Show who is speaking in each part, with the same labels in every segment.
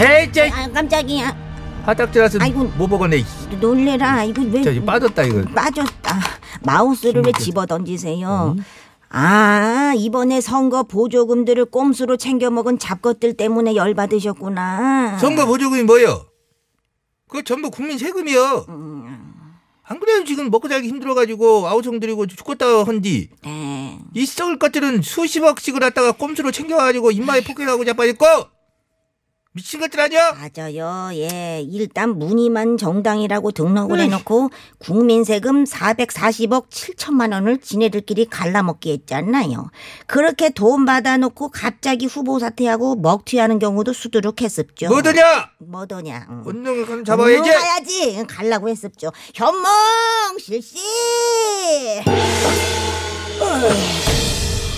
Speaker 1: 에이 쟤
Speaker 2: 아 깜짝이야
Speaker 1: 화딱지라서
Speaker 2: 아이고. 음.
Speaker 1: 뭐 먹었네
Speaker 2: 놀래라 이거 왜
Speaker 1: 저기 빠졌다 이거
Speaker 2: 빠졌다 마우스를 왜 집어 던지세요 아 이번에 선거 보조금들을 꼼수로 챙겨 먹은 잡것들 때문에 열받으셨구나
Speaker 1: 선거 보조금이 뭐요? 그거 전부 국민 세금이요 안 그래요 지금 먹고 살기 힘들어가지고 아우성 들이고 죽겠다 헌디
Speaker 2: 네.
Speaker 1: 이 썩을 것들은 수십억씩을 갖다가 꼼수로 챙겨가지고 입마에 폭행하고 자빠졌고 미친 것들
Speaker 2: 음.
Speaker 1: 아니야?
Speaker 2: 맞아요. 예. 일단 무늬만 정당이라고 등록을 해놓고 국민 세금 440억 7천만 원을 지네들끼리 갈라먹기 했잖아요. 그렇게 돈 받아놓고 갑자기 후보 사퇴하고 먹튀하는 경우도 수두룩했었죠.
Speaker 1: 뭐더냐?
Speaker 2: 뭐더냐. 응.
Speaker 1: 원령을 가면
Speaker 2: 음.
Speaker 1: 잡아야지
Speaker 2: 가야지. 응, 갈라고 했었죠. 현몽 실시.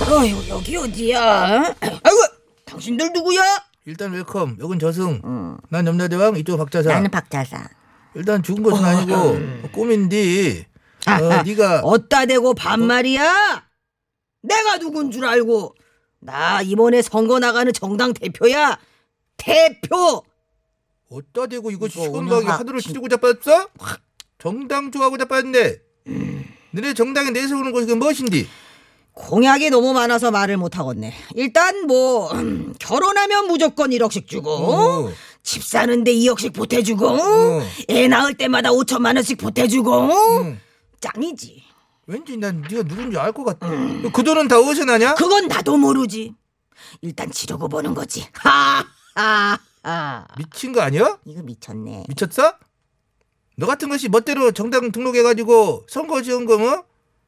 Speaker 2: 어휴 여기 어디야? 아이고 당신들 누구야?
Speaker 1: 일단 웰컴 여긴 저승 난 염라대왕 이쪽 박자사
Speaker 2: 음. 나는 어. 박자사.
Speaker 1: 일단 죽은 것은 아니고 꿈인디
Speaker 2: 아.
Speaker 1: 어, 네가
Speaker 3: 어따 대고 반말이야? 내가 누군 줄 알고 나 이번에 선거 나가는 정당 대표야 대표
Speaker 1: 어따 대고 이거
Speaker 2: 이거
Speaker 1: 시건방이
Speaker 2: 오늘 하-
Speaker 1: 하늘을
Speaker 2: 진-
Speaker 1: 찌르고 자빠졌어? 정당 좋아하고 자빠졌네. 너네 정당에 내세우는 것이 그 무엇인디?
Speaker 3: 공약이 너무 많아서 말을 못하겠네 일단 뭐 음, 결혼하면 무조건 1억씩 주고
Speaker 2: 음.
Speaker 1: 어.
Speaker 3: 집 사는데 2억씩 보태주고
Speaker 1: 어.
Speaker 3: 애 낳을 때마다 5천만 원씩 보태주고
Speaker 1: 응.
Speaker 3: 짱이지
Speaker 1: 왠지 난 네가 누군지 알 것 같아. 그 돈은 다 어디서 나냐?
Speaker 3: 그건 나도 모르지 일단 지르고 보는 거지 하하하
Speaker 1: 미친 거 아니야?
Speaker 2: 이거 미쳤네.
Speaker 1: 미쳤어? 너 같은 것이 멋대로 정당 등록해가지고 선거 지원금 어?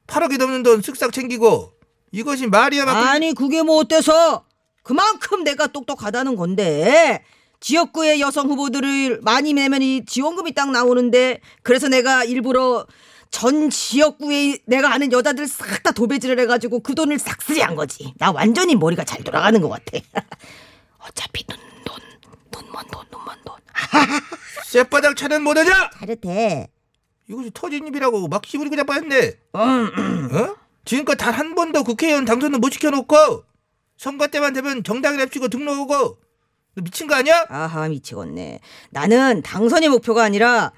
Speaker 1: 8억이 넘는 돈 쓱싹 챙기고 이것이 말이야 막
Speaker 3: 아니 그게 뭐 어때서 그만큼 내가 똑똑하다는 건데 지역구의 여성 후보들을 많이 내면 이 지원금이 딱 나오는데 그래서 내가 일부러 전 지역구에 내가 아는 여자들 싹 다 도배질을 해가지고 그 돈을 싹쓸이 한 거지 나 완전히 머리가 잘 돌아가는 것 같아 어차피 눈돈 눈만 돈 눈만 돈 아,
Speaker 1: 쌔바닥 차는 뭐냐?
Speaker 2: 차렷해.
Speaker 1: 이것이 터진 입이라고 막 씹으리고 자빠졌네. 어? 지금껏 단 한 번도 국회의원 당선도 못 시켜놓고 선거 때만 되면 정당이라 치고 등록하고 너 미친 거 아니야?
Speaker 3: 아하 미치겠네 나는 당선이 목표가 아니라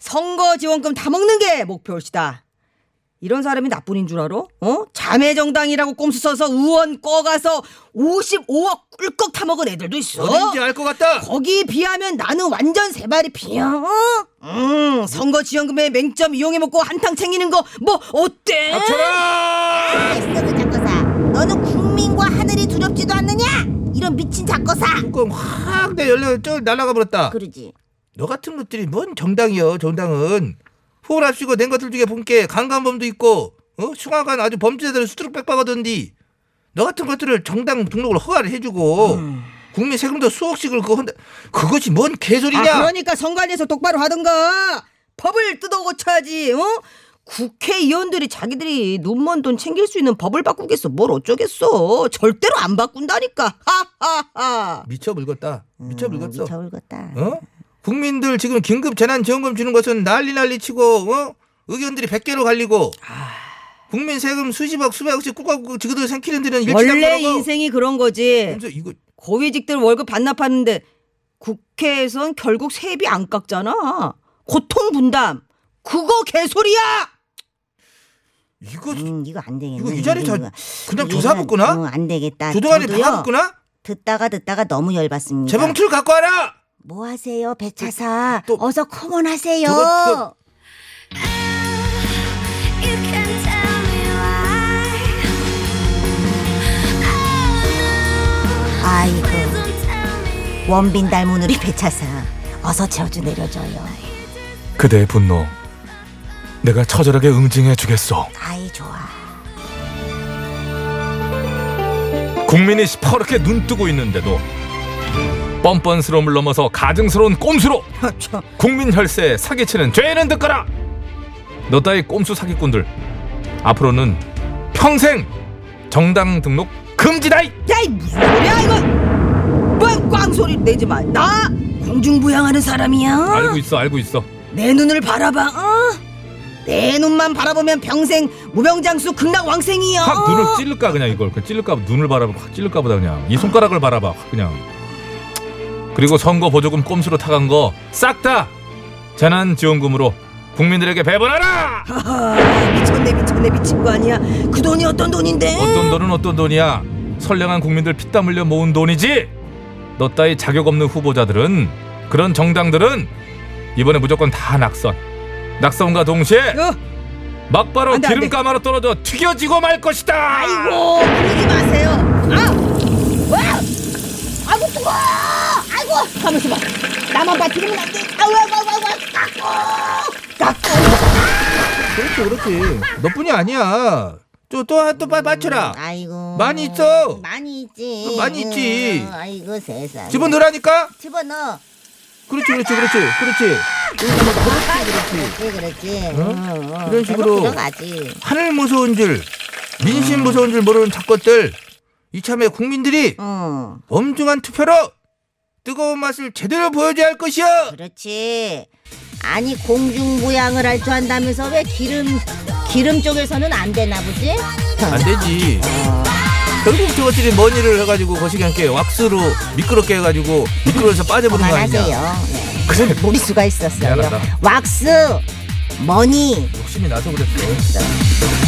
Speaker 3: 선거 지원금 다 먹는 게 목표일시다 이런 사람이 나뿐인 줄 알아? 어? 자매정당이라고 꼼수 써서 의원 꺼가서 55억 꿀꺽 타먹은 애들도 있어
Speaker 1: 어딘지 알 것 같다.
Speaker 3: 거기에 비하면 나는 완전 세 발이 비어 음, 선거 지원금에 맹점 이용해 먹고 한탕 챙기는 거 뭐 어때?
Speaker 1: 아, 닥쳐라!
Speaker 2: 아이스 그 작거사. 너는 국민과 하늘이 두렵지도 않느냐? 이런 미친 작거사.
Speaker 1: 조금 확내 연령 쩔 날아가 버렸다.
Speaker 2: 그러지.
Speaker 1: 너 같은 것들이 뭔 정당이여 정당은 후원합시고 낸 것들 중에 본게 강간범도 있고 어? 숭아간 아주 범죄자들을 수두룩 빽빡하던디 너 같은 것들을 정당 등록을 허가를 해주고
Speaker 3: 음.
Speaker 1: 국민 세금도 수억씩을 그거 헌다 그것이 뭔
Speaker 3: 아,
Speaker 1: 개소리냐
Speaker 3: 그러니까 선관위에서 똑바로 하던가 법을 뜯어 고쳐야지. 어? 국회의원들이 자기들이 눈먼 돈 챙길 수 있는 법을 바꾸겠어. 뭘 어쩌겠어. 절대로 안 바꾼다니까. 하하하.
Speaker 1: 미쳐 물었다 미쳐
Speaker 2: 음,
Speaker 1: 물었어
Speaker 2: 미쳐 울겠다.
Speaker 1: 어? 국민들 지금 긴급 재난 지원금 주는 것은 난리 난리 치고 어? 의견들이 100개로 갈리고
Speaker 3: 아.
Speaker 1: 국민 세금 수십억 수백억씩 꾹꾹꾹 지그들 생기는 데는
Speaker 3: 원래
Speaker 1: 일치당하고
Speaker 3: 인생이 그런 거지.
Speaker 1: 이거
Speaker 3: 고위직들 월급 반납하는데 국회에선 결국 세비 안 깎잖아. 고통 분담. 그거 개소리야.
Speaker 1: 이거
Speaker 2: 음, 이거 안 되겠네.
Speaker 1: 이거 이 자리 다
Speaker 2: 이거-
Speaker 1: 그냥
Speaker 2: 이거는-
Speaker 1: 조사 붙구나?
Speaker 2: 어, 안 되겠다.
Speaker 1: 조동안이
Speaker 2: 저도요, 음.
Speaker 1: 다 붙구나?
Speaker 2: 듣다가 듣다가 너무 열받습니다.
Speaker 1: 재봉틀 갖고 와라!
Speaker 2: 뭐 하세요, 배차사?
Speaker 1: 또-
Speaker 2: 어서 커먼하세요.
Speaker 1: 저거- 저거-
Speaker 4: You can tell me why. Oh
Speaker 2: 아이고,
Speaker 4: no, don't tell me.
Speaker 2: 원빈 닮은 우리 배차사. 어서 저주 내려줘요.
Speaker 5: 그대의 분노 내가 처절하게 응징해 주겠소
Speaker 2: 아이 좋아.
Speaker 1: 국민이 시퍼렇게 눈뜨고 있는데도 뻔뻔스러움을 넘어서 가증스러운 꼼수로
Speaker 3: 참.
Speaker 1: 국민 혈세에 사기치는 죄는 듣거라 너 따위 꼼수 사기꾼들 앞으로는 평생 정당 등록 금지다이
Speaker 3: 야이 무슨 소리야 이거 뭐꽝 소리 내지 마 나 공중부양하는 사람이야
Speaker 1: 알고 있어 알고 있어
Speaker 3: 내 눈을 바라봐 어? 내 눈만 바라보면 평생 무병장수 극락왕생이야 어?
Speaker 1: 확 눈을 찔를까 그냥 이걸 그냥 찔를까 눈을 바라봐 확 찔를까 보다 그냥 이 손가락을 바라봐 확 그냥 그리고 선거 보조금 꼼수로 타간 거 싹 다 재난지원금으로 국민들에게 배분하라
Speaker 3: 아, 미쳤네 미쳤네 미친 거 아니야 그 돈이 어떤 돈인데
Speaker 1: 어떤 돈은 어떤 돈이야 선량한 국민들 피땀 흘려 모은 돈이지 너 따위 자격 없는 후보자들은 그런 정당들은 이번에 무조건 다 낙선 낙선과 동시에
Speaker 3: 어,
Speaker 1: 막바로
Speaker 3: 안 돼, 안 돼.
Speaker 1: 기름감마로 떨어져 튀겨지고 말 것이다
Speaker 3: 아이고 그러지 마세요 아 와! 아이고 뜨거워 아이고 가면서 봐 나만 빠뜨리면 안돼 아우 아우 아우 아우 아우 깎고 깎고
Speaker 6: 그렇지 그렇지 너뿐이 아니야 또또또 맞춰라
Speaker 2: 아이고.
Speaker 6: 많이 있어.
Speaker 2: 많이 있지.
Speaker 6: 어, 많이 있지.
Speaker 2: 어, 아이고 세상.
Speaker 6: 집어넣으라니까
Speaker 2: 집어넣어.
Speaker 6: 그렇지 그렇지 그렇지 그렇지
Speaker 2: 그렇지 그렇지. 어, 어.
Speaker 6: 이런 식으로.
Speaker 2: 계속 들어가지.
Speaker 6: 하늘 무서운 줄 민심 무서운 줄 모르는 작것들 이참에 국민들이
Speaker 2: 어.
Speaker 6: 엄중한 투표로 뜨거운 맛을 제대로 보여줘야 할 것이야
Speaker 2: 그렇지. 아니 공중부양을 할 줄 안다면서 왜 기름 기름 쪽에서는 안 되나 보지? 아,
Speaker 6: 안 되지 결국 저것들이 뭔 일을 해가지고 거시기 않게 왁스로 미끄럽게 해가지고 미끄러워서 빠져보는 거 아니냐 뭐,
Speaker 2: 그만하세요. 네. 그래 무리수가 있었어요.
Speaker 1: 미안하다.
Speaker 2: 왁스 머니
Speaker 1: 욕심이 나서 그랬어